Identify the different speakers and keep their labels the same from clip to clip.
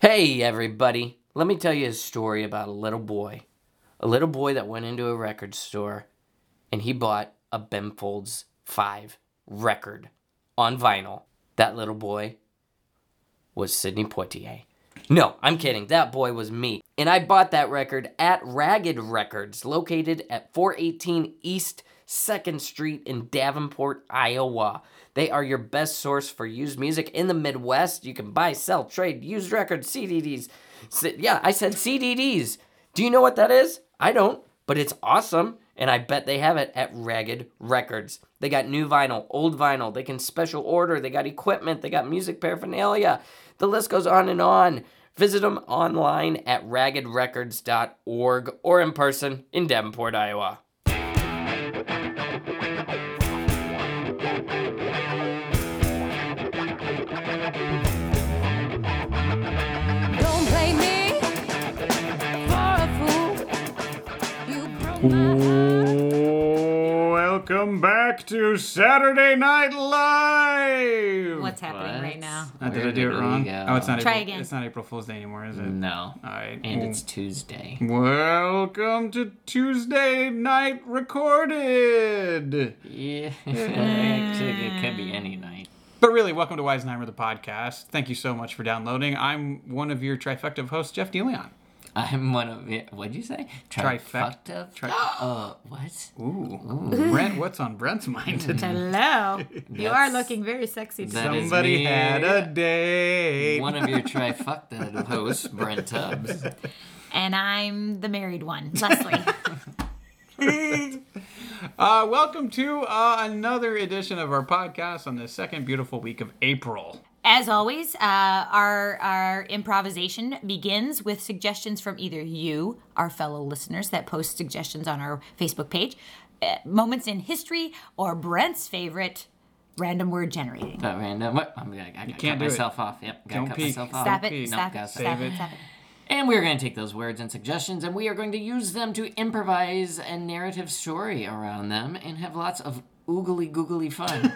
Speaker 1: Hey, everybody. Let me tell you a story about a little boy. A little boy that went into a record store and he bought a Ben Folds 5 record on vinyl. That little boy was Sidney Poitier. No, I'm kidding. That boy was me. And I bought that record at Ragged Records, located at 418 East 2nd Street in Davenport, Iowa. They are your best source for used music in the Midwest. You can buy, sell, trade used records, CDDs. C- yeah, I said CDDs. Do you know what that is? I don't, but it's awesome. And I bet they have it at Ragged Records. They got new vinyl, old vinyl. They can special order. They got equipment. They got music paraphernalia. The list goes on and on. Visit them online at raggedrecords.org or in person in Davenport, Iowa.
Speaker 2: Don't blame me for a fool. You broke my
Speaker 3: Welcome back to Saturday Night Live.
Speaker 4: What's happening
Speaker 5: What?
Speaker 4: right now?
Speaker 3: Uh, did I
Speaker 5: Where
Speaker 3: do
Speaker 5: did
Speaker 3: it
Speaker 5: we
Speaker 3: wrong?
Speaker 5: go?
Speaker 3: Oh, it's not.
Speaker 4: Try
Speaker 3: April,
Speaker 4: again.
Speaker 3: It's not April Fool's Day anymore, is it?
Speaker 5: No.
Speaker 3: All right.
Speaker 1: And it's Tuesday.
Speaker 3: welcome to Tuesday Night Recorded.
Speaker 5: Yeah. Actually, it could be any night.
Speaker 3: But really, welcome to Weisenheimer the podcast. Thank you so much for downloading. I'm one of your trifecta of hosts, Jeff DeLeon.
Speaker 5: I'm one of. yeah, What'd you say?
Speaker 3: Trifect-
Speaker 5: Trifecta?
Speaker 3: tri-
Speaker 5: uh, what?
Speaker 3: Ooh, Brent, what's on Brent's mind today?
Speaker 4: Hello. you are
Speaker 5: That's-
Speaker 4: looking very sexy today.
Speaker 5: That is
Speaker 3: Somebody
Speaker 5: me.
Speaker 3: had a date.
Speaker 5: One of your trifecta hosts, Brent Tubbs.
Speaker 4: And I'm the married one, Leslie.
Speaker 3: Uh, welcome to uh, another edition of our podcast on the second beautiful week of April.
Speaker 4: As always, uh, our our improvisation begins with suggestions from either you, our fellow listeners that post suggestions on our Facebook page, uh, moments in history, or Brent's favorite random word generating.
Speaker 5: That random. What? I'm gonna. I gotta
Speaker 3: can't
Speaker 5: cut
Speaker 3: do it.
Speaker 5: myself off. Yep. Gotta
Speaker 3: Don't
Speaker 5: cut
Speaker 3: peek.
Speaker 5: myself off.
Speaker 4: Stop it,
Speaker 3: Pete, no,
Speaker 4: stop it,
Speaker 5: guys,
Speaker 4: stop
Speaker 3: save
Speaker 4: it,
Speaker 3: it.
Speaker 4: stop it.
Speaker 5: And we're going to take those words and suggestions and we are going to use them to improvise a narrative story around them and have lots of oogly googly fun.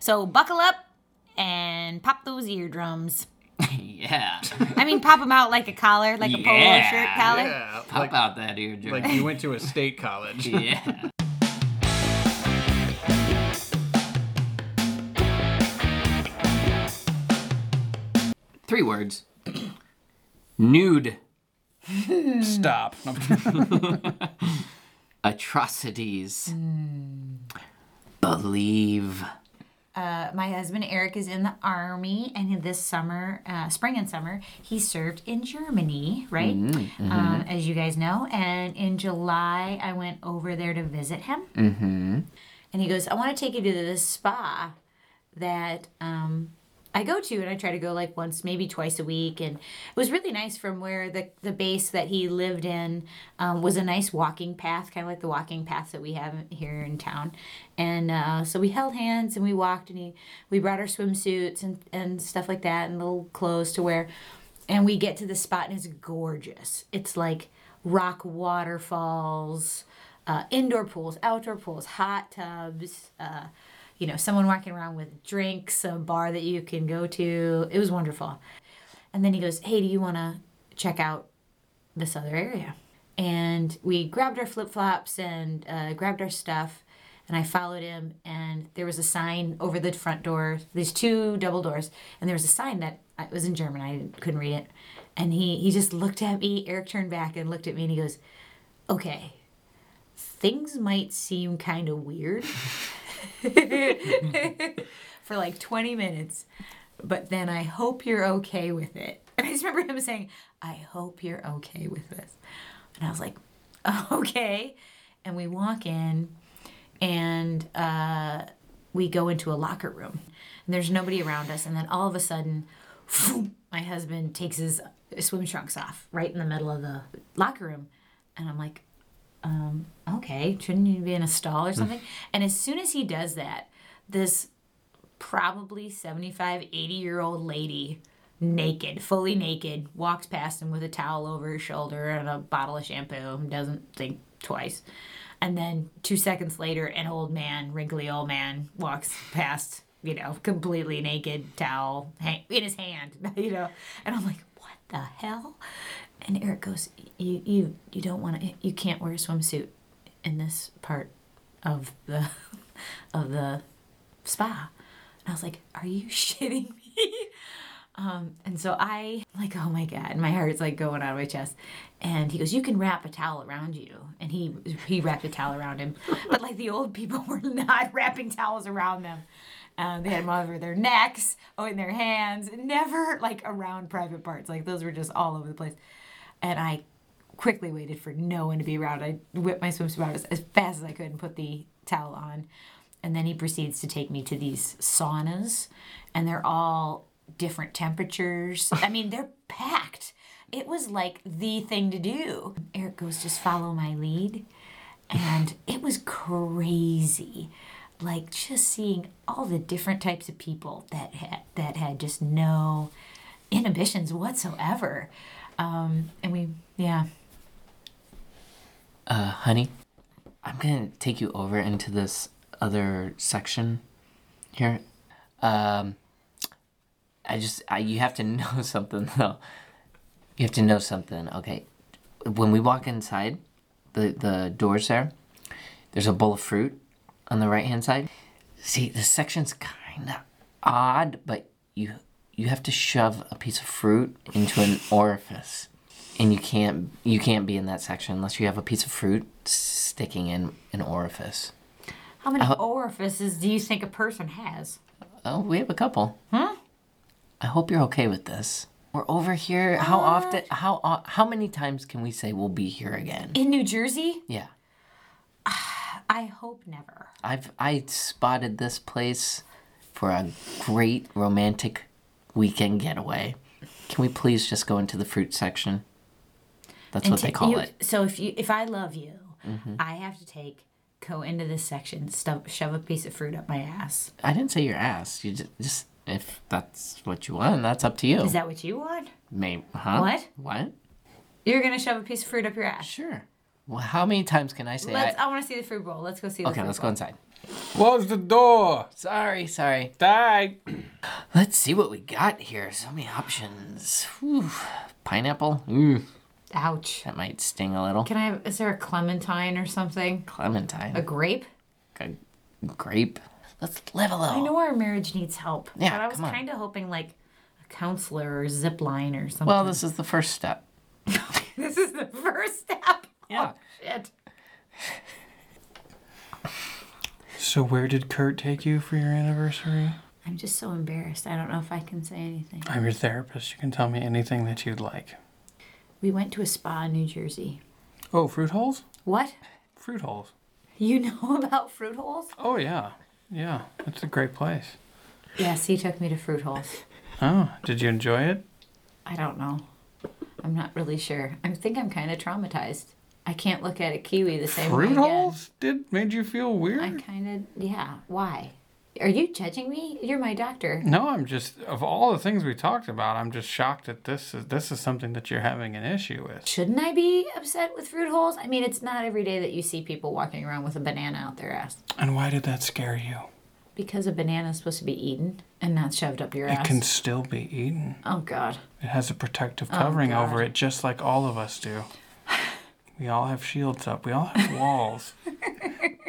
Speaker 4: So buckle up and pop those eardrums.
Speaker 5: yeah.
Speaker 4: I mean, pop them out like a collar, like a polo
Speaker 5: Yeah,
Speaker 4: shirt collar.
Speaker 5: Pop out that eardrum.
Speaker 3: like you went to a state college.
Speaker 5: yeah. Three words. Nude
Speaker 3: Stop.
Speaker 5: atrocities.
Speaker 3: Hmm.
Speaker 5: Believe.
Speaker 4: uh, my husband Eric is in the army, and this summer, uh, spring and summer, he served in Germany, right? Um, as you guys know. And in July, I went over there to visit him. Mm-hmm. And he goes, I want to take you to this spa that um, I go to, and I try to go like once, maybe twice a week. And it was really nice from where the, the base that he lived in um, was a nice walking path, kind of like the walking path that we have here in town. And uh, so we held hands and we walked, and he, we brought our swimsuits and, and stuff like that, and little clothes to wear. And we get to the spot, and it's gorgeous. It's like rock waterfalls, uh, indoor pools, outdoor pools, hot tubs. Uh, you know, someone walking around with drinks, a bar that you can go to. It was wonderful. And then he goes, Hey, do you want to check out this other area? And we grabbed our flip flops and uh, grabbed our stuff. And I followed him, and there was a sign over the front door. There's two double doors, and there was a sign that uh, it was in German. I didn't- couldn't read it. And he, he just looked at me. Eric turned back and looked at me, and he goes, Okay, things might seem kind of weird for like 20 minutes, but then I hope you're okay with it. And I just remember him saying, I hope you're okay with this. And I was like, okay. And we walk in and uh, we go into a locker room. And there's nobody around us. And then all of a sudden, my husband takes his uh, swim trunks off right in the middle of the locker room. And I'm like, um, okay, shouldn't you be in a stall or something? and as soon as he does that, this probably 75, 80 year old lady, naked, fully naked, walks past him with a towel over her shoulder and a bottle of shampoo, doesn't think twice. And then two seconds later, an old man, wrinkly old man, walks past, you know, completely naked, towel hang- in his hand, you know. And I'm like, what the hell? And Eric goes, you you you don't want to, you can't wear a swimsuit in this part of the of the spa. And I was like, are you shitting me? Um, and so I like, oh my god, my heart's like going out of my chest. And he goes, you can wrap a towel around you. And he he wrapped a towel around him, but like the old people were not wrapping towels around them. Um, they had them over their necks, or in their hands, never like around private parts. Like those were just all over the place. And I quickly waited for no one to be around. I whipped my swimsuit out as, as fast as I could and put the towel on. And then he proceeds to take me to these saunas, and they're all different temperatures. I mean, they're packed. It was like the thing to do. Eric goes, just follow my lead. And it was crazy. Like just seeing all the different types of people that had that had just no inhibitions whatsoever. Um, and we yeah.
Speaker 5: Uh, honey, I'm gonna take you over into this other section here. Um, I just I, you have to know something though. You have to know something. Okay, when we walk inside, the the doors there, there's a bowl of fruit on the right hand side. See, this section's kind of odd, but you you have to shove a piece of fruit into an orifice, and you can't you can't be in that section unless you have a piece of fruit sticking in an orifice.
Speaker 4: How many
Speaker 5: Uh-huh.
Speaker 4: orifices do you think a person has?
Speaker 5: Oh, we have a couple. Huh? I hope you're okay with this. We're over here. How often? How o- how many times can we say we'll be here again?
Speaker 4: In New Jersey?
Speaker 5: Yeah,
Speaker 4: I hope never.
Speaker 5: I've I spotted this place for a great romantic weekend getaway. Can we please just go into the fruit section? That's what
Speaker 4: And
Speaker 5: they
Speaker 4: ta-
Speaker 5: call
Speaker 4: you-
Speaker 5: it. Mm-hmm.
Speaker 4: So if you if I love you, I have to take go into this section, stuff, shove a piece of fruit up my ass.
Speaker 5: I didn't say your ass. You just, just if that's what you want, that's up to you.
Speaker 4: Is that what you want?
Speaker 5: Maybe, huh?
Speaker 4: What?
Speaker 5: What?
Speaker 4: You're gonna shove a piece of fruit up your ass.
Speaker 5: Sure. Well, how many times can I say?
Speaker 4: Let's.
Speaker 5: I,
Speaker 4: I, want to see the fruit bowl. Let's go see. The
Speaker 5: okay,
Speaker 4: fruit
Speaker 5: let's go
Speaker 4: bowl.
Speaker 5: inside.
Speaker 3: Close the door.
Speaker 5: Sorry, sorry.
Speaker 3: Die.
Speaker 5: Let's see what we got here. So many options. Whew. Pineapple. Ooh,
Speaker 4: Ouch.
Speaker 5: that might sting a little.
Speaker 4: Can I have? Is there a clementine or something? A
Speaker 5: Clementine.
Speaker 4: grape?
Speaker 5: A grape. Let's level up.
Speaker 4: I know our marriage needs help.
Speaker 5: Yeah,
Speaker 4: But I was
Speaker 5: come on.
Speaker 4: kind of hoping like a counselor or zip line or something.
Speaker 5: Well, this is the first step.
Speaker 4: this is the first step. Oh,
Speaker 5: Yeah.
Speaker 4: Shit.
Speaker 3: So where did Kurt take you for your anniversary?
Speaker 4: I'm just so embarrassed. I don't know if I can say anything.
Speaker 3: I'm your therapist. You can tell me anything that you'd like.
Speaker 4: We went to a spa in New Jersey.
Speaker 3: Oh, fruit holes?
Speaker 4: What?
Speaker 3: Fruit holes.
Speaker 4: You know about fruit holes?
Speaker 3: Oh yeah, yeah. That's a great place.
Speaker 4: Yes, he took me to fruit holes.
Speaker 3: Oh, did you enjoy it?
Speaker 4: I don't know. I'm not really sure. I think I'm kind of traumatized. I can't look at a kiwi the same way.
Speaker 3: Fruit
Speaker 4: again.
Speaker 3: holes did made you feel
Speaker 4: Oh I
Speaker 5: Hmm.
Speaker 3: weird?
Speaker 4: kind of, yeah. Why? Are you judging me? You're my doctor.
Speaker 3: No, I'm just of all the things we talked about, I'm just shocked that this is this is something that you're having an issue with.
Speaker 4: Shouldn't I be upset with fruit holes? I mean, it's not every day that you see people walking around with a banana out their ass.
Speaker 3: And why did that scare you?
Speaker 4: Because a banana is supposed to be eaten and not shoved up your
Speaker 3: It
Speaker 4: ass.
Speaker 3: can still be eaten.
Speaker 4: Oh, God.
Speaker 3: It has a protective covering
Speaker 4: God.
Speaker 3: over it, just like all of us do. We all have shields up. We all have walls.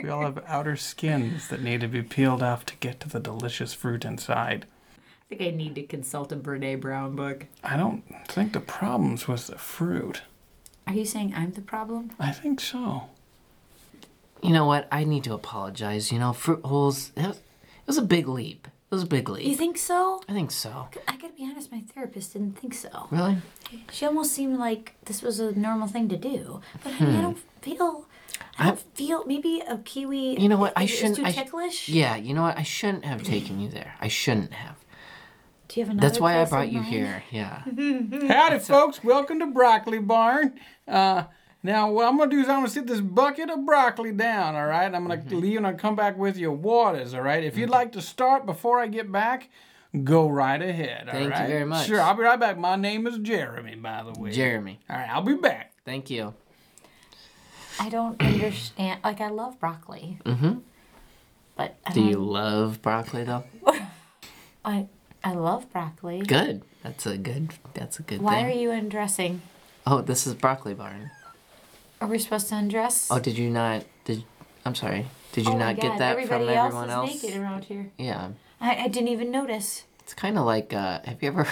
Speaker 3: we all have outer skins that need to be peeled off to get to the delicious fruit inside.
Speaker 4: I think I need to consult a Brene Brown book.
Speaker 3: I don't think the problem's with the fruit.
Speaker 4: Are you saying I'm the problem?
Speaker 3: I think so.
Speaker 5: You know what? I need to apologize. You know, fruit holes. It was, it was a big leap. It was a big
Speaker 4: You
Speaker 5: leap.
Speaker 4: think so?
Speaker 5: I think so.
Speaker 4: I gotta be honest, my therapist didn't think so.
Speaker 5: Really?
Speaker 4: She almost seemed like this was a normal thing to do. But honey,
Speaker 5: Hmm.
Speaker 4: I don't feel. I don't feel. Maybe a kiwi.
Speaker 5: You know what? I
Speaker 4: is- is
Speaker 5: shouldn't-
Speaker 4: Too
Speaker 5: I sh-
Speaker 4: ticklish.
Speaker 5: Yeah. You know what? I shouldn't have taken you there. I shouldn't have.
Speaker 4: Do you have another?
Speaker 5: That's why I
Speaker 4: place in
Speaker 5: brought you
Speaker 4: mind?
Speaker 5: here. Yeah.
Speaker 3: Howdy, folks. Welcome to Broccoli Barn. Uh, now, what I'm going to do is I'm going to sit this bucket of broccoli down, all right? I'm going to
Speaker 5: Mm-hmm.
Speaker 3: leave and I'll come back with your waters, all right? If you'd like to start before I get back, go right ahead, all right?
Speaker 5: Thank you very much.
Speaker 3: Sure, I'll be right back. My name is Jeremy, by the way.
Speaker 5: Jeremy.
Speaker 3: All right, I'll be back.
Speaker 5: Thank you.
Speaker 4: I don't understand. Like I love broccoli. Mm-hmm. But I
Speaker 5: Do
Speaker 4: don't,
Speaker 5: you love broccoli though?
Speaker 4: I I love broccoli.
Speaker 5: Good. That's a good. That's a good
Speaker 4: Why
Speaker 5: thing.
Speaker 4: are you undressing?
Speaker 5: Oh, this is broccoli barn.
Speaker 4: Are we supposed to undress?
Speaker 5: Oh, did you not? Did I'm sorry. Did you
Speaker 4: Oh my
Speaker 5: not get
Speaker 4: God,
Speaker 5: that
Speaker 4: everybody
Speaker 5: from everyone
Speaker 4: else
Speaker 5: else?
Speaker 4: is naked around here.
Speaker 5: Yeah,
Speaker 4: I, I didn't even notice.
Speaker 5: it's kind of like. Uh, have you ever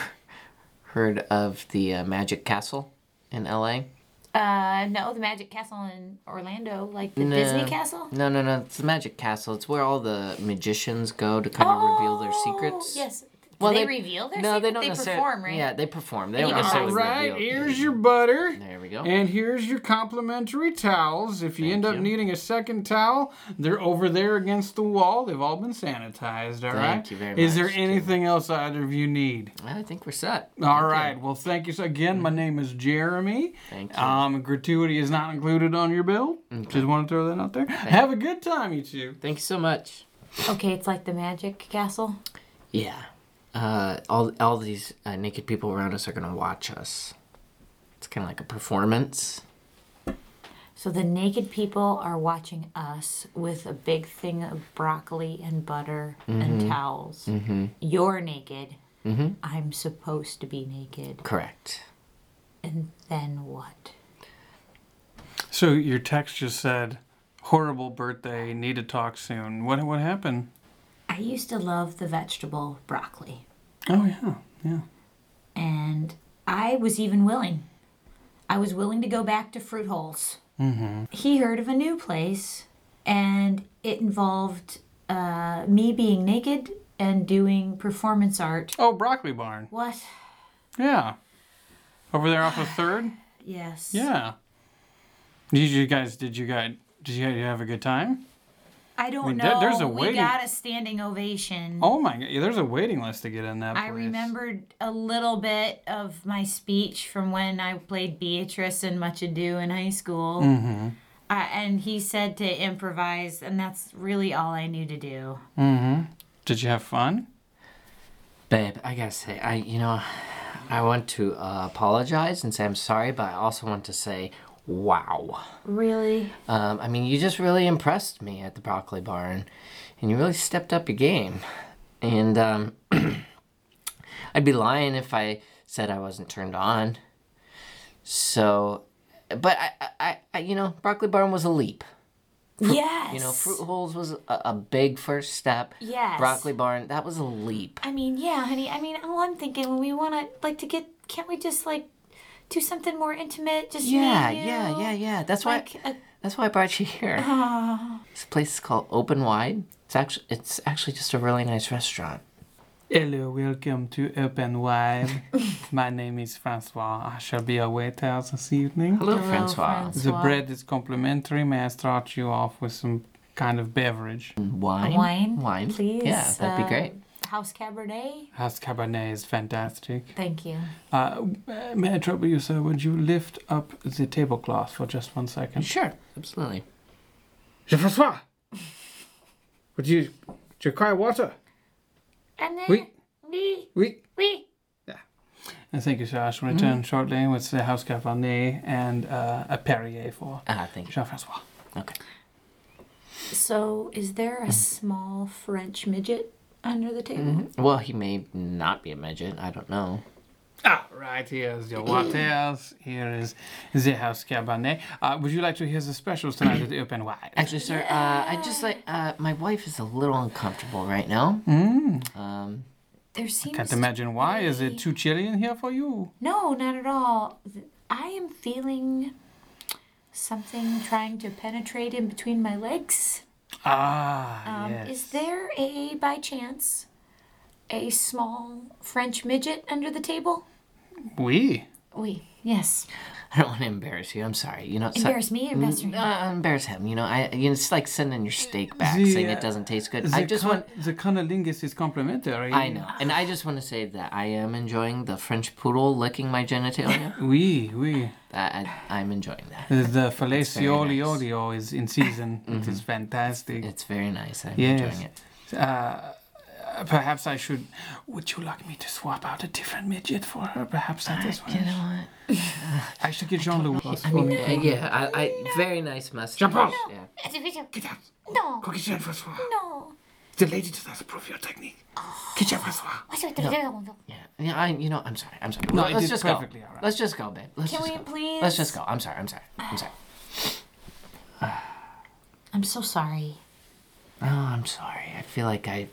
Speaker 5: heard of the uh, Magic Castle in L.A.?
Speaker 4: Uh, no, the Magic Castle in Orlando, like the Disney Castle.
Speaker 5: No, no, no. It's the Magic Castle. It's where all the magicians go to kind of reveal their secrets.
Speaker 4: Oh, Yes. Do
Speaker 5: Well,
Speaker 4: they, reveal their
Speaker 5: no,
Speaker 4: secrets?
Speaker 5: they don't necessarily.
Speaker 4: perform, right?
Speaker 5: Yeah, they perform. They
Speaker 4: And
Speaker 5: don't
Speaker 4: you can
Speaker 3: All
Speaker 5: necessarily
Speaker 4: buy-
Speaker 3: right,
Speaker 5: reveal.
Speaker 3: here's your butter.
Speaker 5: There we go.
Speaker 3: And here's your complimentary towels. If you end up
Speaker 5: you.
Speaker 3: needing a second towel, they're over there against the wall. They've all been sanitized, All right.
Speaker 5: you very
Speaker 3: Is there
Speaker 5: much, Jim.
Speaker 3: anything else either of you need?
Speaker 5: I think we're set.
Speaker 3: All right. Well, thank you. So again, my name is Jeremy.
Speaker 5: Thank you.
Speaker 3: Um, gratuity is not included on your bill. Just want to throw that out there. Have a good time, you two.
Speaker 5: Thank you so much.
Speaker 4: Okay, it's like the Magic Castle.
Speaker 5: Yeah. Uh, all all these uh, naked people around us are gonna watch us. It's kind of like a performance.
Speaker 4: So the naked people are watching us with a big thing of broccoli and butter and towels. You're naked. I'm supposed to be naked.
Speaker 5: Correct.
Speaker 4: And then what?
Speaker 3: So your text just said, "Horrible birthday. Need to talk soon." What what happened?
Speaker 4: I used to love the vegetable broccoli.
Speaker 3: Oh yeah, yeah.
Speaker 4: and I was even willing. I was willing to go back to Fruit Holes. Mm-hmm. He heard of a new place, and it involved uh, me being naked and doing performance art.
Speaker 3: Oh, broccoli barn.
Speaker 4: What?
Speaker 3: Yeah. Over there off of Third.
Speaker 4: Yes.
Speaker 3: Yeah. Did you guys? Did you guys? Did you guys have a good time?
Speaker 4: I don't
Speaker 3: mean,
Speaker 4: know.
Speaker 3: there- there's a
Speaker 4: we
Speaker 3: waiting-
Speaker 4: got a standing ovation.
Speaker 3: Oh my god! Yeah, there's a waiting list to get in that. Place.
Speaker 4: I remembered a little bit of my speech from when I played Beatrice in Much Ado in high school. Mm-hmm. Uh, and he said to improvise, and that's really all I knew to do.
Speaker 3: Did you have fun?
Speaker 5: Babe, I gotta say, I you know, I want to uh, apologize and say I'm sorry, but I also want to say, wow.
Speaker 4: Really?
Speaker 5: Um, I mean, you just really impressed me at the broccoli barn, and you really stepped up your game. And um, I'd be lying if I said I wasn't turned on. So, but I, I- I, I you know, broccoli barn was a leap.
Speaker 4: Yes.
Speaker 5: You know, fruit holes was a, a big first step.
Speaker 4: Yes.
Speaker 5: Broccoli barn, that was a leap.
Speaker 4: I mean, yeah, honey. I mean, all I'm thinking when we want to like to get, can't we just like do something more intimate? Just me
Speaker 5: Yeah,
Speaker 4: and you?
Speaker 5: yeah, yeah, yeah. That's why.
Speaker 4: Like a,
Speaker 5: That's why I brought you here.
Speaker 4: Ah.
Speaker 5: This place is called Open Wide. It's actually it's actually just a really nice restaurant.
Speaker 3: Hello, welcome to Open Wide. my name is Francois. I shall be your waithouse this evening.
Speaker 5: Hello,
Speaker 4: Hello,
Speaker 5: Francois.
Speaker 4: Francois.
Speaker 3: The bread is complimentary. May I start you off with some kind of beverage?
Speaker 4: Mm.
Speaker 5: Wine.
Speaker 4: wine,
Speaker 5: Wine.
Speaker 4: please.
Speaker 5: Yeah, that'd be
Speaker 4: uh,
Speaker 5: great.
Speaker 4: House Cabernet.
Speaker 3: House Cabernet is fantastic.
Speaker 4: Thank you.
Speaker 3: Uh, may I trouble you, sir? Would you lift up the tablecloth for just one second?
Speaker 5: Sure, absolutely.
Speaker 3: Jean-Francois! Would you, would you cry water?
Speaker 4: And then
Speaker 3: We-
Speaker 4: we
Speaker 3: We...
Speaker 4: we.
Speaker 3: And thank you, sir. I shall return shortly with the House Cabernet and uh, a Perrier for
Speaker 5: Ah, thank you.
Speaker 3: Jean-Francois.
Speaker 5: Okay.
Speaker 4: So, is there a small French midget under the table?
Speaker 5: Well, he may not be a midget. I don't know.
Speaker 3: Ah, right, here's your waters. Here is the House Cabernet. Uh, would you like to hear the specials tonight at the Open Wide?
Speaker 5: Actually, sir, uh, I just like uh, my wife is a little uncomfortable right now.
Speaker 4: Mm.
Speaker 5: Um,
Speaker 4: There seems
Speaker 3: Can't imagine why. Is it too chilly in here for you?
Speaker 4: No, not at all. Th- I am feeling something trying to penetrate in between my legs.
Speaker 3: Ah,
Speaker 4: Um,
Speaker 3: yes.
Speaker 4: Is there a, by chance, a small French midget under the table?
Speaker 3: We?
Speaker 4: Oui, yes.
Speaker 5: I don't want to embarrass you. I'm sorry. You know, so-
Speaker 4: Embarrass me, embarrass her.
Speaker 5: Uh, embarrass him. You know, I. You know, it's like sending your steak back,
Speaker 3: The,
Speaker 5: saying
Speaker 3: uh,
Speaker 5: it doesn't taste good. I just want.
Speaker 3: the cunnilingus is complimentary.
Speaker 5: I know, and I just want to say that I am enjoying the French poodle licking my genitalia.
Speaker 3: We, we.
Speaker 5: I, I, I'm enjoying that.
Speaker 3: The, the fellatio
Speaker 5: very nice. Mm-hmm.
Speaker 3: olio is in season. It is fantastic.
Speaker 5: It's very nice. I'm
Speaker 3: Yes.
Speaker 5: enjoying it.
Speaker 3: Uh, Perhaps I should. Would you like me to swap out a different midget for her? Perhaps that is what.
Speaker 5: You know
Speaker 3: I should get Jean Louis.
Speaker 5: what? I mean, uh, yeah, I, I very nice mustache.
Speaker 3: Jump off.
Speaker 5: Yeah.
Speaker 4: It's a midget. No,
Speaker 3: Jean Francois.
Speaker 4: no. Oh.
Speaker 3: The lady just has to prove your technique. Good job, Francois.
Speaker 5: Yeah, yeah. I, you know, I'm sorry. I'm sorry.
Speaker 3: you
Speaker 5: let's
Speaker 3: did
Speaker 5: just
Speaker 3: perfectly
Speaker 5: go.
Speaker 3: all right.
Speaker 5: Let's just go, babe. Let's
Speaker 4: Can
Speaker 5: just
Speaker 4: we
Speaker 5: go.
Speaker 4: please?
Speaker 5: Let's just go. I'm sorry. I'm sorry. I'm sorry.
Speaker 4: I'm so sorry.
Speaker 5: Oh, I'm sorry. I feel like I,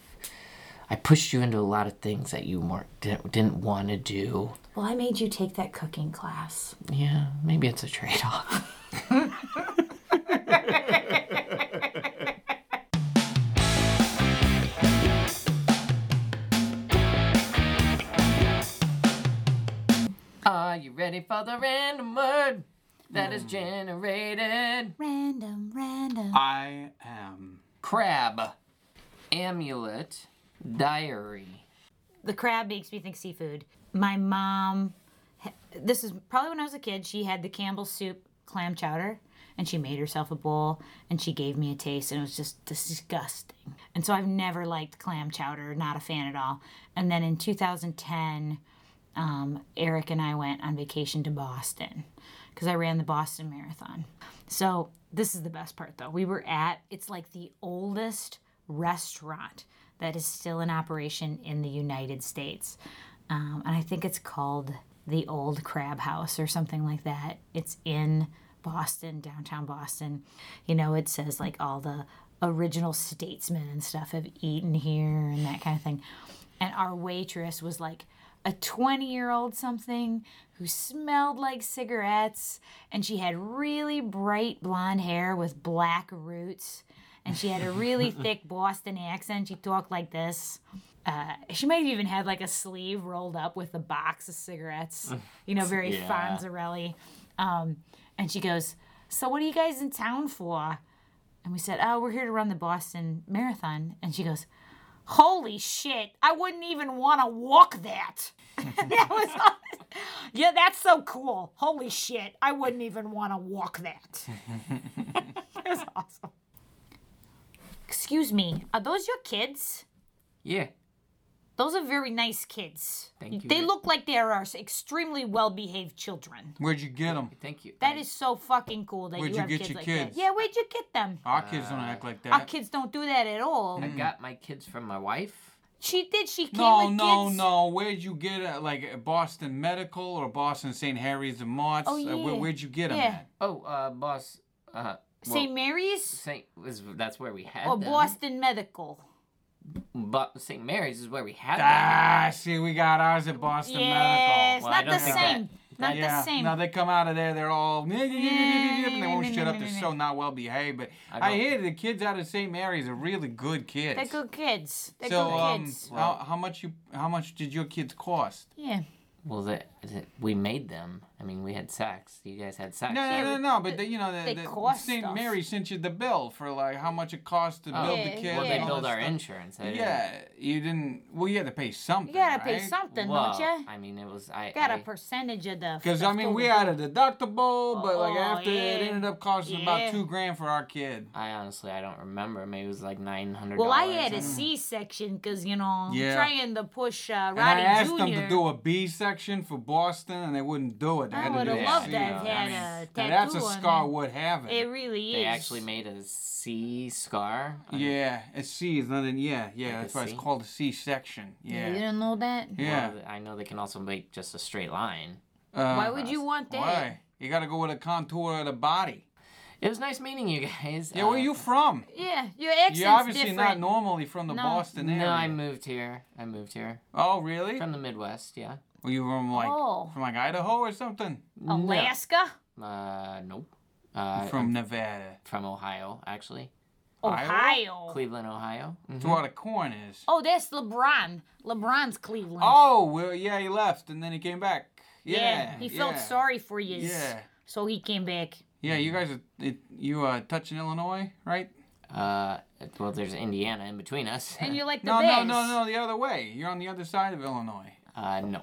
Speaker 5: I pushed you into a lot of things that you weren't didn't, didn't want to do.
Speaker 4: Well, I made you take that cooking class.
Speaker 5: Yeah, maybe it's a trade off. Are you ready for the random word that is generated?
Speaker 4: Random, random.
Speaker 3: I am.
Speaker 5: Crab, amulet, diary.
Speaker 4: The crab makes me think seafood. My mom, this is probably when I was a kid, she had the Campbell soup clam chowder and she made herself a bowl and she gave me a taste and it was just disgusting. And so I've never liked clam chowder, not a fan at all. And then in 2010, um, Eric and I went on vacation to Boston because I ran the Boston Marathon. So this is the best part though. We were at it's like the oldest restaurant that is still in operation in the United States, um, and I think it's called the Old Crab House or something like that. It's in Boston, downtown Boston. You know, it says like all the original statesmen and stuff have eaten here and that kind of thing. And our waitress was like a 20 year old something who smelled like cigarettes. And she had really bright blonde hair with black roots. And she had a really thick Boston accent. She talked like this. Uh, she might have even had like a sleeve rolled up with a box of cigarettes, you know, very
Speaker 5: Yeah.
Speaker 4: Fonzarelli. Um, and she goes, So, what are you guys in town for? And we said, Oh, we're here to run the Boston Marathon. And she goes, Holy shit, I wouldn't even want to walk that. that was, yeah, that's so cool. Holy shit, I wouldn't even want to walk that. it was awesome. Excuse me, are those your kids?
Speaker 5: Yeah.
Speaker 4: Those are very nice kids.
Speaker 5: Thank you.
Speaker 4: They look like they are extremely well behaved children.
Speaker 3: Where'd you get them?
Speaker 5: Thank you.
Speaker 4: That is so fucking cool that
Speaker 3: Where'd
Speaker 4: you
Speaker 3: you
Speaker 4: have
Speaker 3: get
Speaker 4: kids
Speaker 3: your
Speaker 4: like
Speaker 3: kids?
Speaker 4: that. Yeah, where'd you get them?
Speaker 3: Our kids don't act like that.
Speaker 4: Our kids don't do that at all.
Speaker 5: I got my kids from my wife.
Speaker 4: She did. She came
Speaker 3: no,
Speaker 4: with
Speaker 3: no,
Speaker 4: kids.
Speaker 3: no. Where'd you get it? Like uh, Boston Medical or Boston St. Harry's and Mart's?
Speaker 4: Oh,
Speaker 3: Uh, where,
Speaker 4: yeah.
Speaker 3: where'd you get them?
Speaker 4: Yeah.
Speaker 3: At?
Speaker 5: Oh, uh, boss. Uh, well,
Speaker 4: St. Mary's
Speaker 5: Saint was that's where we had
Speaker 4: or
Speaker 5: them.
Speaker 4: Boston Medical.
Speaker 5: Bo- St. Mary's is where we had them.
Speaker 3: Ah, see, we got ours at Boston
Speaker 4: Yeah, it's
Speaker 3: Medical.
Speaker 5: Well, I
Speaker 4: not the
Speaker 5: don't think that-
Speaker 4: same. Not
Speaker 3: yeah.
Speaker 4: the same.
Speaker 3: Now they come out of there, they're all and they won't shut up. They're so not well behaved. But I,
Speaker 5: don't-
Speaker 3: hear the kids out of St. Mary's are really good kids.
Speaker 4: They're good kids. They're
Speaker 3: so
Speaker 4: good
Speaker 3: um,
Speaker 4: kids.
Speaker 3: how, how much you how much did your kids cost?
Speaker 4: yeah.
Speaker 5: Well, the, the, we made them. I mean, we had sex. You guys had sex.
Speaker 3: No, no, no, no. But the, you know, the,
Speaker 4: they
Speaker 3: the
Speaker 4: cost
Speaker 3: St.
Speaker 4: stuff.
Speaker 3: Mary sent you the bill for like how much it cost to build the
Speaker 4: Yeah,
Speaker 3: kids.
Speaker 5: Well, they
Speaker 3: and all
Speaker 5: billed
Speaker 3: that
Speaker 5: our
Speaker 3: stuff.
Speaker 5: insurance. I didn't-
Speaker 3: Yeah, you didn't. Well, you had to pay something.
Speaker 4: You gotta pay
Speaker 3: right?
Speaker 4: something,
Speaker 5: Well,
Speaker 4: don't you?
Speaker 5: I mean, it was I.
Speaker 4: Got
Speaker 5: I,
Speaker 4: a percentage of the.
Speaker 3: Because
Speaker 4: the
Speaker 3: I mean,
Speaker 4: total
Speaker 3: we
Speaker 4: bill.
Speaker 3: had a deductible, but like
Speaker 4: Oh,
Speaker 3: after it
Speaker 4: yeah.
Speaker 3: ended up costing
Speaker 4: Yeah.
Speaker 3: about two grand for our kid.
Speaker 5: I honestly, I don't remember. Maybe it was like nine hundred.
Speaker 4: Well, I had a C section because you know I'm
Speaker 3: Yeah.
Speaker 4: trying to push uh, Roddy
Speaker 3: And I asked
Speaker 4: Jr.
Speaker 3: them to do a B section for Boston, and they wouldn't do it. They
Speaker 4: I
Speaker 3: had to
Speaker 4: would've
Speaker 3: do a
Speaker 4: loved
Speaker 3: C.
Speaker 4: to have
Speaker 3: I
Speaker 4: had
Speaker 3: mean,
Speaker 4: a
Speaker 3: now that's a
Speaker 4: tattoo on
Speaker 3: scar
Speaker 4: it.
Speaker 3: would have it.
Speaker 4: It really is.
Speaker 5: They actually made a C scar. I-
Speaker 3: yeah, a C is nothing. Yeah, yeah, that's why
Speaker 5: C?
Speaker 3: it's called a C section.
Speaker 4: You
Speaker 3: Yeah,
Speaker 4: didn't know that?
Speaker 3: yeah.
Speaker 5: Well, I know they can also make just a straight line.
Speaker 3: Uh,
Speaker 4: Why would you want that?
Speaker 3: Why? You got to go with a contour of the body.
Speaker 5: It was nice meeting you guys.
Speaker 3: Yeah, where
Speaker 5: Uh,
Speaker 3: you from?
Speaker 4: Yeah, your accent's
Speaker 3: You're obviously not
Speaker 4: different.
Speaker 3: normally from the
Speaker 4: No.
Speaker 3: Boston area.
Speaker 5: No, I moved here. I moved here
Speaker 3: Oh, really?
Speaker 5: from the Midwest. Yeah.
Speaker 3: Were you from like
Speaker 4: Oh.
Speaker 3: from like Idaho or something?
Speaker 4: Alaska,
Speaker 5: Uh, nope. Uh,
Speaker 3: From Nevada.
Speaker 5: from Ohio, actually.
Speaker 4: Ohio.
Speaker 5: Cleveland, Ohio.
Speaker 3: That's where the corn is.
Speaker 4: Oh, that's LeBron. LeBron's Cleveland.
Speaker 3: Oh, well, yeah, he left and then he came back. Yeah.
Speaker 4: he felt
Speaker 3: yeah.
Speaker 4: sorry for you.
Speaker 3: Yeah.
Speaker 4: So he came back.
Speaker 3: Yeah, you guys are it, you uh touching Illinois, right?
Speaker 5: Uh, well, there's Indiana in between us.
Speaker 4: And you're like the
Speaker 3: No, no,
Speaker 4: best.
Speaker 3: no, no, the other way. You're on the other side of Illinois.
Speaker 5: Uh, no.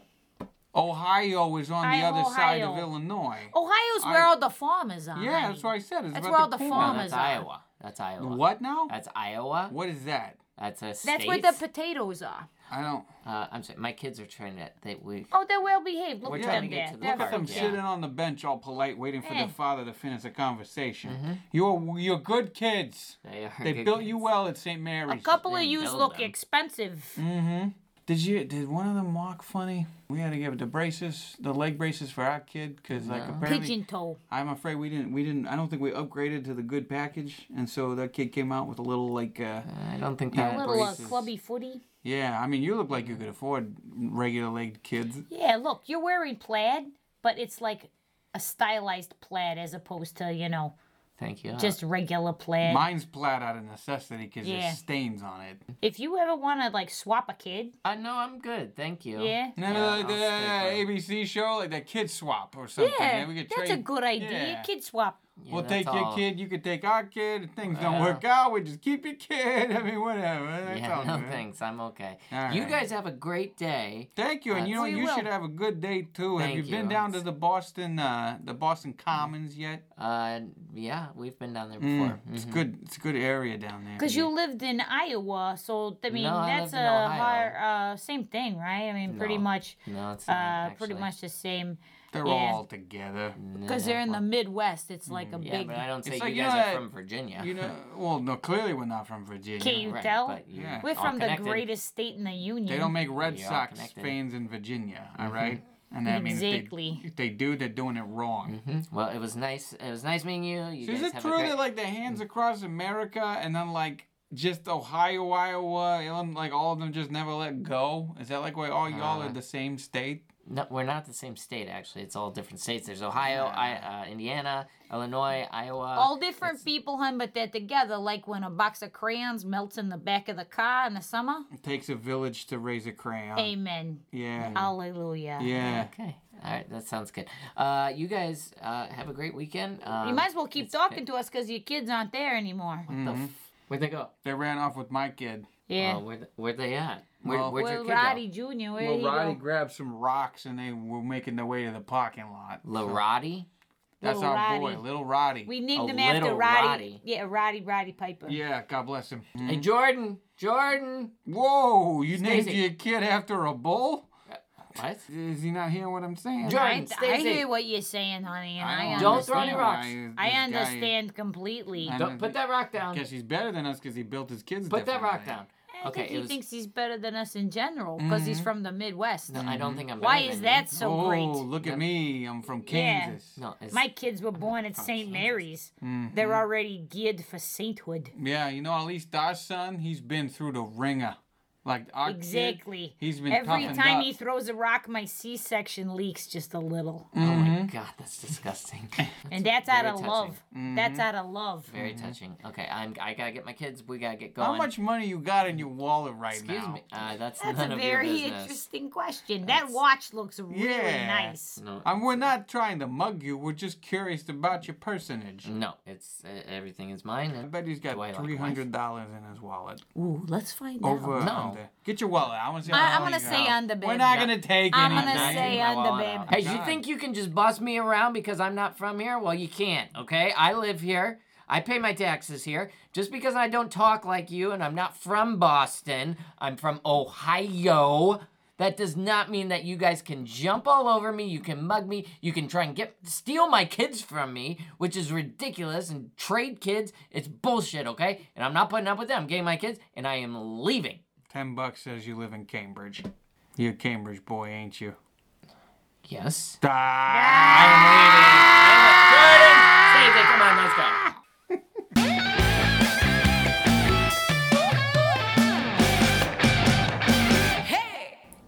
Speaker 3: Ohio is on
Speaker 4: I-
Speaker 3: the other side of
Speaker 4: Ohio.
Speaker 3: Illinois.
Speaker 4: Ohio's where
Speaker 3: I-
Speaker 4: all the farmers are.
Speaker 3: yeah,
Speaker 4: honey.
Speaker 3: that's what I said. It's
Speaker 4: That's
Speaker 3: about
Speaker 4: where all the
Speaker 3: corn.
Speaker 5: No,
Speaker 4: farmers-
Speaker 5: that's
Speaker 4: Amazon.
Speaker 5: Iowa. That's Iowa.
Speaker 3: What now?
Speaker 5: That's Iowa.
Speaker 3: What is that?
Speaker 5: That's a state.
Speaker 4: That's where the potatoes are.
Speaker 3: I don't.
Speaker 5: Uh, I'm sorry. My kids are trying to. They we.
Speaker 4: Oh, they're well behaved. Look
Speaker 5: We're
Speaker 4: at
Speaker 5: trying
Speaker 4: them
Speaker 5: to get
Speaker 4: there.
Speaker 5: to the
Speaker 4: They're
Speaker 5: part.
Speaker 3: Look at them
Speaker 5: Yeah.
Speaker 3: sitting on the bench, all polite, waiting for
Speaker 4: Eh. Mm-hmm.
Speaker 3: their father to finish the conversation. You're you're good kids.
Speaker 5: They, are
Speaker 3: They
Speaker 5: good
Speaker 3: built
Speaker 5: kids.
Speaker 3: you well at St. Mary's.
Speaker 4: A couple of yous
Speaker 5: build
Speaker 4: look
Speaker 5: them.
Speaker 4: expensive.
Speaker 3: Did you? Did one of them walk funny? We had to give the braces, the leg braces for our kid, because like apparently
Speaker 4: Pigeon toe.
Speaker 3: I'm afraid we didn't. We didn't. I don't think we upgraded to the good package, and so that kid came out with a little like. Uh,
Speaker 5: I don't think that.
Speaker 4: A little uh,
Speaker 5: embraces-
Speaker 4: clubby footy.
Speaker 3: yeah, I mean, you look like you could afford regular legged kids.
Speaker 4: Yeah, look, you're wearing plaid, but it's like a stylized plaid as opposed to, you know,
Speaker 5: Thank you.
Speaker 4: just regular plaid.
Speaker 3: Mine's plaid out of necessity because
Speaker 4: Yeah.
Speaker 3: there's stains on it.
Speaker 4: if you ever want to, like, swap a kid,
Speaker 5: I know Uh, I'm good. Thank you.
Speaker 4: yeah.
Speaker 3: No,
Speaker 5: Yeah,
Speaker 3: no, like
Speaker 5: I'll
Speaker 3: the
Speaker 5: stick
Speaker 3: ABC show, like that kid swap or something.
Speaker 4: Yeah,
Speaker 3: and we could
Speaker 4: that's a
Speaker 3: trade-
Speaker 4: good idea.
Speaker 3: Yeah.
Speaker 4: Kid swap.
Speaker 5: Yeah,
Speaker 3: we'll
Speaker 5: that's
Speaker 3: take your
Speaker 5: all.
Speaker 3: kid. You could take our kid. If things don't
Speaker 5: Well.
Speaker 3: work out, we just keep your kid. I mean, whatever. That's
Speaker 5: Yeah,
Speaker 3: all
Speaker 5: no
Speaker 3: good.
Speaker 5: thanks. I'm okay.
Speaker 3: All
Speaker 5: you
Speaker 3: right.
Speaker 5: guys have a great day.
Speaker 3: Thank you, and you know
Speaker 4: We
Speaker 3: you
Speaker 4: will.
Speaker 3: should have a good day too.
Speaker 5: Thank
Speaker 3: have you been
Speaker 5: you.
Speaker 3: down to the Boston, uh, the Boston Commons yet?
Speaker 5: Uh, yeah, we've been down there
Speaker 3: Mm,
Speaker 5: before. Mm-hmm.
Speaker 3: It's good. It's a good area down there.
Speaker 4: Because you lived in Iowa, so, I mean,
Speaker 5: No, I
Speaker 4: that's
Speaker 5: lived in
Speaker 4: a
Speaker 5: Ohio.
Speaker 4: higher, uh, same thing, right? I mean, pretty
Speaker 5: No.
Speaker 4: much.
Speaker 5: No, it's
Speaker 4: Uh,
Speaker 5: not. actually.
Speaker 4: pretty much the same.
Speaker 3: They're
Speaker 4: yeah.
Speaker 3: all together.
Speaker 5: Mm.
Speaker 4: Because they're in the Midwest, it's like a
Speaker 5: Yeah,
Speaker 4: big.
Speaker 5: but I don't say
Speaker 3: like,
Speaker 5: you
Speaker 3: you
Speaker 5: guys
Speaker 3: know
Speaker 5: are
Speaker 3: that-
Speaker 5: from Virginia.
Speaker 3: You know, well, no, clearly we're not from Virginia.
Speaker 4: Can't you
Speaker 5: Right,
Speaker 4: tell?
Speaker 5: but you-
Speaker 3: Yeah.
Speaker 4: We're
Speaker 5: all
Speaker 4: from the
Speaker 5: connected.
Speaker 4: greatest state in the union.
Speaker 3: They don't make Red
Speaker 5: You're all
Speaker 3: Sox
Speaker 5: connected. Mm-hmm.
Speaker 3: fans in Virginia, all right? And that
Speaker 4: Exactly.
Speaker 3: means if they, if they do, they're doing it wrong.
Speaker 5: Mm-hmm. Well, it was nice. It was nice meeting you. You guys
Speaker 3: Is it
Speaker 5: Mm. have
Speaker 3: true
Speaker 5: a great. Mm.
Speaker 3: that like the hands across America and then like just Ohio, Iowa, Illinois, like all of them just never let go? Is that like why all
Speaker 5: Uh.
Speaker 3: y'all are the same state?
Speaker 5: No, we're not the same state actually. It's all different states. There's Ohio, I, uh, Indiana, Illinois, Iowa.
Speaker 4: all different people, hun, but they're together. Like when a box of crayons melts in the back of the car in the summer.
Speaker 3: It takes a village to raise a
Speaker 5: Uh,
Speaker 3: crayon.
Speaker 4: Amen.
Speaker 5: Mm.
Speaker 3: Yeah.
Speaker 4: Hallelujah.
Speaker 3: Yeah.
Speaker 5: Okay. All right. That sounds good. Uh, you guys uh, have a great weekend. Um,
Speaker 4: You might as well keep talking to us because your kids aren't there anymore.
Speaker 5: the
Speaker 3: Mm-hmm.
Speaker 5: f- where'd they go?
Speaker 3: They ran off with my kid.
Speaker 4: Yeah.
Speaker 5: Uh, where where'd they at? Where,
Speaker 3: Well-
Speaker 5: where'd
Speaker 4: Well,
Speaker 5: your kid
Speaker 4: Roddy Jr., where
Speaker 3: Well,
Speaker 4: he
Speaker 3: Roddy
Speaker 4: go?
Speaker 3: grabbed some rocks and they were making their way to the parking lot.
Speaker 5: go? Larati.
Speaker 3: Mm-hmm. That's
Speaker 4: Little
Speaker 3: our
Speaker 4: Roddy.
Speaker 3: boy, little Roddy.
Speaker 4: We
Speaker 5: A
Speaker 4: named him after
Speaker 5: little
Speaker 4: Roddy.
Speaker 5: Roddy.
Speaker 4: Yeah, Roddy Roddy Piper.
Speaker 3: yeah, God bless him.
Speaker 5: Hey, Jordan. Jordan.
Speaker 3: Whoa, you named
Speaker 5: Stacey.
Speaker 3: your kid after a bull?
Speaker 5: What?
Speaker 3: Is he not hearing what I'm saying?
Speaker 5: Jordan,
Speaker 4: I, I
Speaker 5: Stacey.
Speaker 4: hear what you're saying, honey, and I,
Speaker 3: don't
Speaker 5: Don't throw
Speaker 4: understand.
Speaker 5: any rocks.
Speaker 4: I
Speaker 3: this guy-
Speaker 4: understand completely.
Speaker 3: I
Speaker 5: Don't put that rock down.
Speaker 3: guess he's better than us because he built his kids.
Speaker 5: Put that rock
Speaker 3: differently.
Speaker 5: down.
Speaker 4: I
Speaker 5: Okay.
Speaker 4: think he
Speaker 5: It was,
Speaker 4: thinks he's better than us in general because he's from the Midwest.
Speaker 5: I don't think I'm.
Speaker 4: Why
Speaker 5: better
Speaker 4: is
Speaker 5: than
Speaker 4: that so
Speaker 3: oh,
Speaker 4: great?
Speaker 3: look at me! I'm from Kansas.
Speaker 5: You. No. It's,
Speaker 4: My kids were born at St. Mary's. They're already geared for sainthood.
Speaker 3: Yeah, you know, at least our son, he's been through the ringer. Like our kid,
Speaker 4: Exactly.
Speaker 3: he's been
Speaker 4: Every
Speaker 3: toughened
Speaker 4: time
Speaker 3: up.
Speaker 4: he throws a rock, my C-section leaks just a little,
Speaker 5: Oh
Speaker 3: Mm-hmm.
Speaker 5: my God, that's disgusting.
Speaker 4: and that's out
Speaker 5: very
Speaker 4: of
Speaker 5: touching.
Speaker 4: love. That's out of love.
Speaker 5: Very touching. Okay, I'm. I gotta get my kids. We gotta get going.
Speaker 3: How much money you got in your wallet right
Speaker 5: Excuse
Speaker 3: now?
Speaker 5: me. Uh, that's
Speaker 4: That's
Speaker 5: none
Speaker 4: a
Speaker 5: of your
Speaker 4: very
Speaker 5: business.
Speaker 4: interesting question. That watch looks really
Speaker 3: Yeah.
Speaker 4: nice.
Speaker 5: No,
Speaker 3: And we're not trying to mug you. We're just curious about your personage.
Speaker 5: no, it's uh, everything is mine.
Speaker 3: I bet he's got
Speaker 5: Do I like
Speaker 3: three hundred dollars in his wallet.
Speaker 4: Ooh, let's find
Speaker 3: Over or
Speaker 5: No.
Speaker 3: under. Get your wallet. I want to see.
Speaker 4: I-
Speaker 3: how much
Speaker 4: I'm
Speaker 3: money
Speaker 4: gonna
Speaker 3: you
Speaker 4: say
Speaker 3: got.
Speaker 4: under,
Speaker 3: We're
Speaker 4: babe.
Speaker 3: not gonna take
Speaker 4: I'm
Speaker 3: anything.
Speaker 4: gonna say
Speaker 5: My
Speaker 4: under,
Speaker 5: wallet
Speaker 4: babe.
Speaker 5: out. Hey, you
Speaker 3: God.
Speaker 5: think you can just boss me around because I'm not from here? Well, you can't. Okay, I live here. I pay my taxes here. Just because I don't talk like you and I'm not from Boston, I'm from Ohio. That does not mean that you guys can jump all over me. You can mug me. You can try and get steal my kids from me, which is ridiculous. And trade kids, it's bullshit. Okay, and I'm not putting up with that. I'm getting my kids, and I am leaving.
Speaker 3: Ten bucks says you live in Cambridge. You're a Cambridge boy, ain't you?
Speaker 5: Yes.
Speaker 3: Ah!
Speaker 5: Daisy, come on, let's go.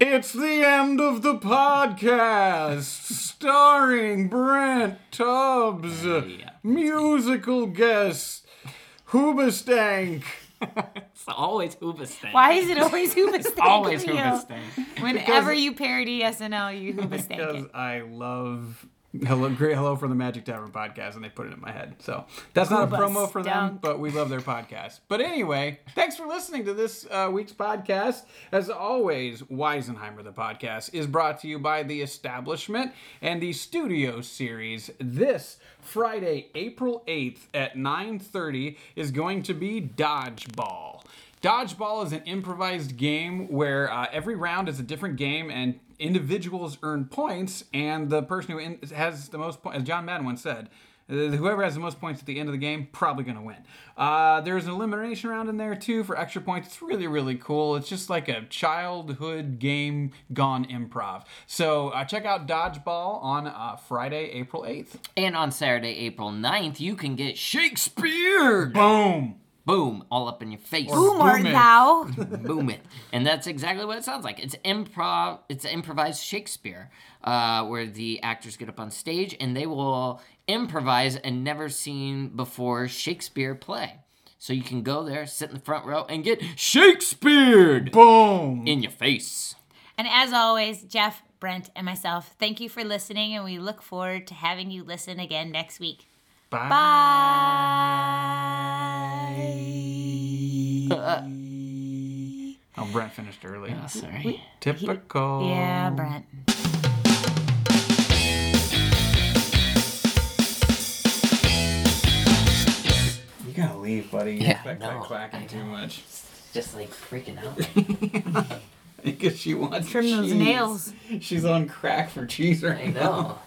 Speaker 3: It's the end of the podcast, starring Brent Tubbs, musical guest Hoobastank.
Speaker 5: It's always Hoobastank.
Speaker 4: Why is it always Hoobastank?
Speaker 5: Always
Speaker 4: Leo?
Speaker 5: Hoobastank.
Speaker 4: Whenever you parody SNL, you Hoobastank.
Speaker 3: Because
Speaker 4: it.
Speaker 3: I love Hello, Great Hello from the Magic Tavern podcast, and they put it in my head. So that's not a promo for them,
Speaker 4: Hoobastank.
Speaker 3: but we love their podcast. But anyway, thanks for listening to this uh, week's podcast. As always, Weisenheimer the podcast is brought to you by the establishment and the studio series. This Friday, April eighth at nine thirty, is going to be dodgeball. Dodgeball is an improvised game where uh, every round is a different game and individuals earn points, and the person who in- has the most points, as John Madden once said, uh, whoever has the most points at the end of the game probably going to win. Uh, there's an elimination round in there too for extra points. It's really really cool. It's just like a childhood game gone improv. So uh, check out Dodgeball on uh, Friday, April 8th.
Speaker 5: And on Saturday, April 9th, you can get Shakespeare!
Speaker 3: Boom.
Speaker 5: Boom! All up in your face.
Speaker 4: Boom art
Speaker 3: Booming.
Speaker 4: thou?
Speaker 5: boom it and that's exactly what it sounds like it's improv it's improvised shakespeare uh, where the actors get up on stage and they will improvise a never seen before shakespeare play so you can go there sit in the front row and get shakespeared
Speaker 3: Boom.
Speaker 5: in your face
Speaker 4: And as always, Jeff, Brent, and myself, thank you for listening, and we look forward to having you listen again next week.
Speaker 3: Bye.
Speaker 4: Bye.
Speaker 3: Oh, Brent finished early.
Speaker 5: sorry
Speaker 3: Typical.
Speaker 4: Yeah, Brent.
Speaker 3: You gotta leave, buddy. You're
Speaker 5: Yeah,
Speaker 3: quack, quack, quacking too much.
Speaker 5: just like freaking out
Speaker 3: Because she wants
Speaker 4: Trim those
Speaker 3: cheese.
Speaker 4: nails.
Speaker 3: She's on crack for cheese right
Speaker 5: i know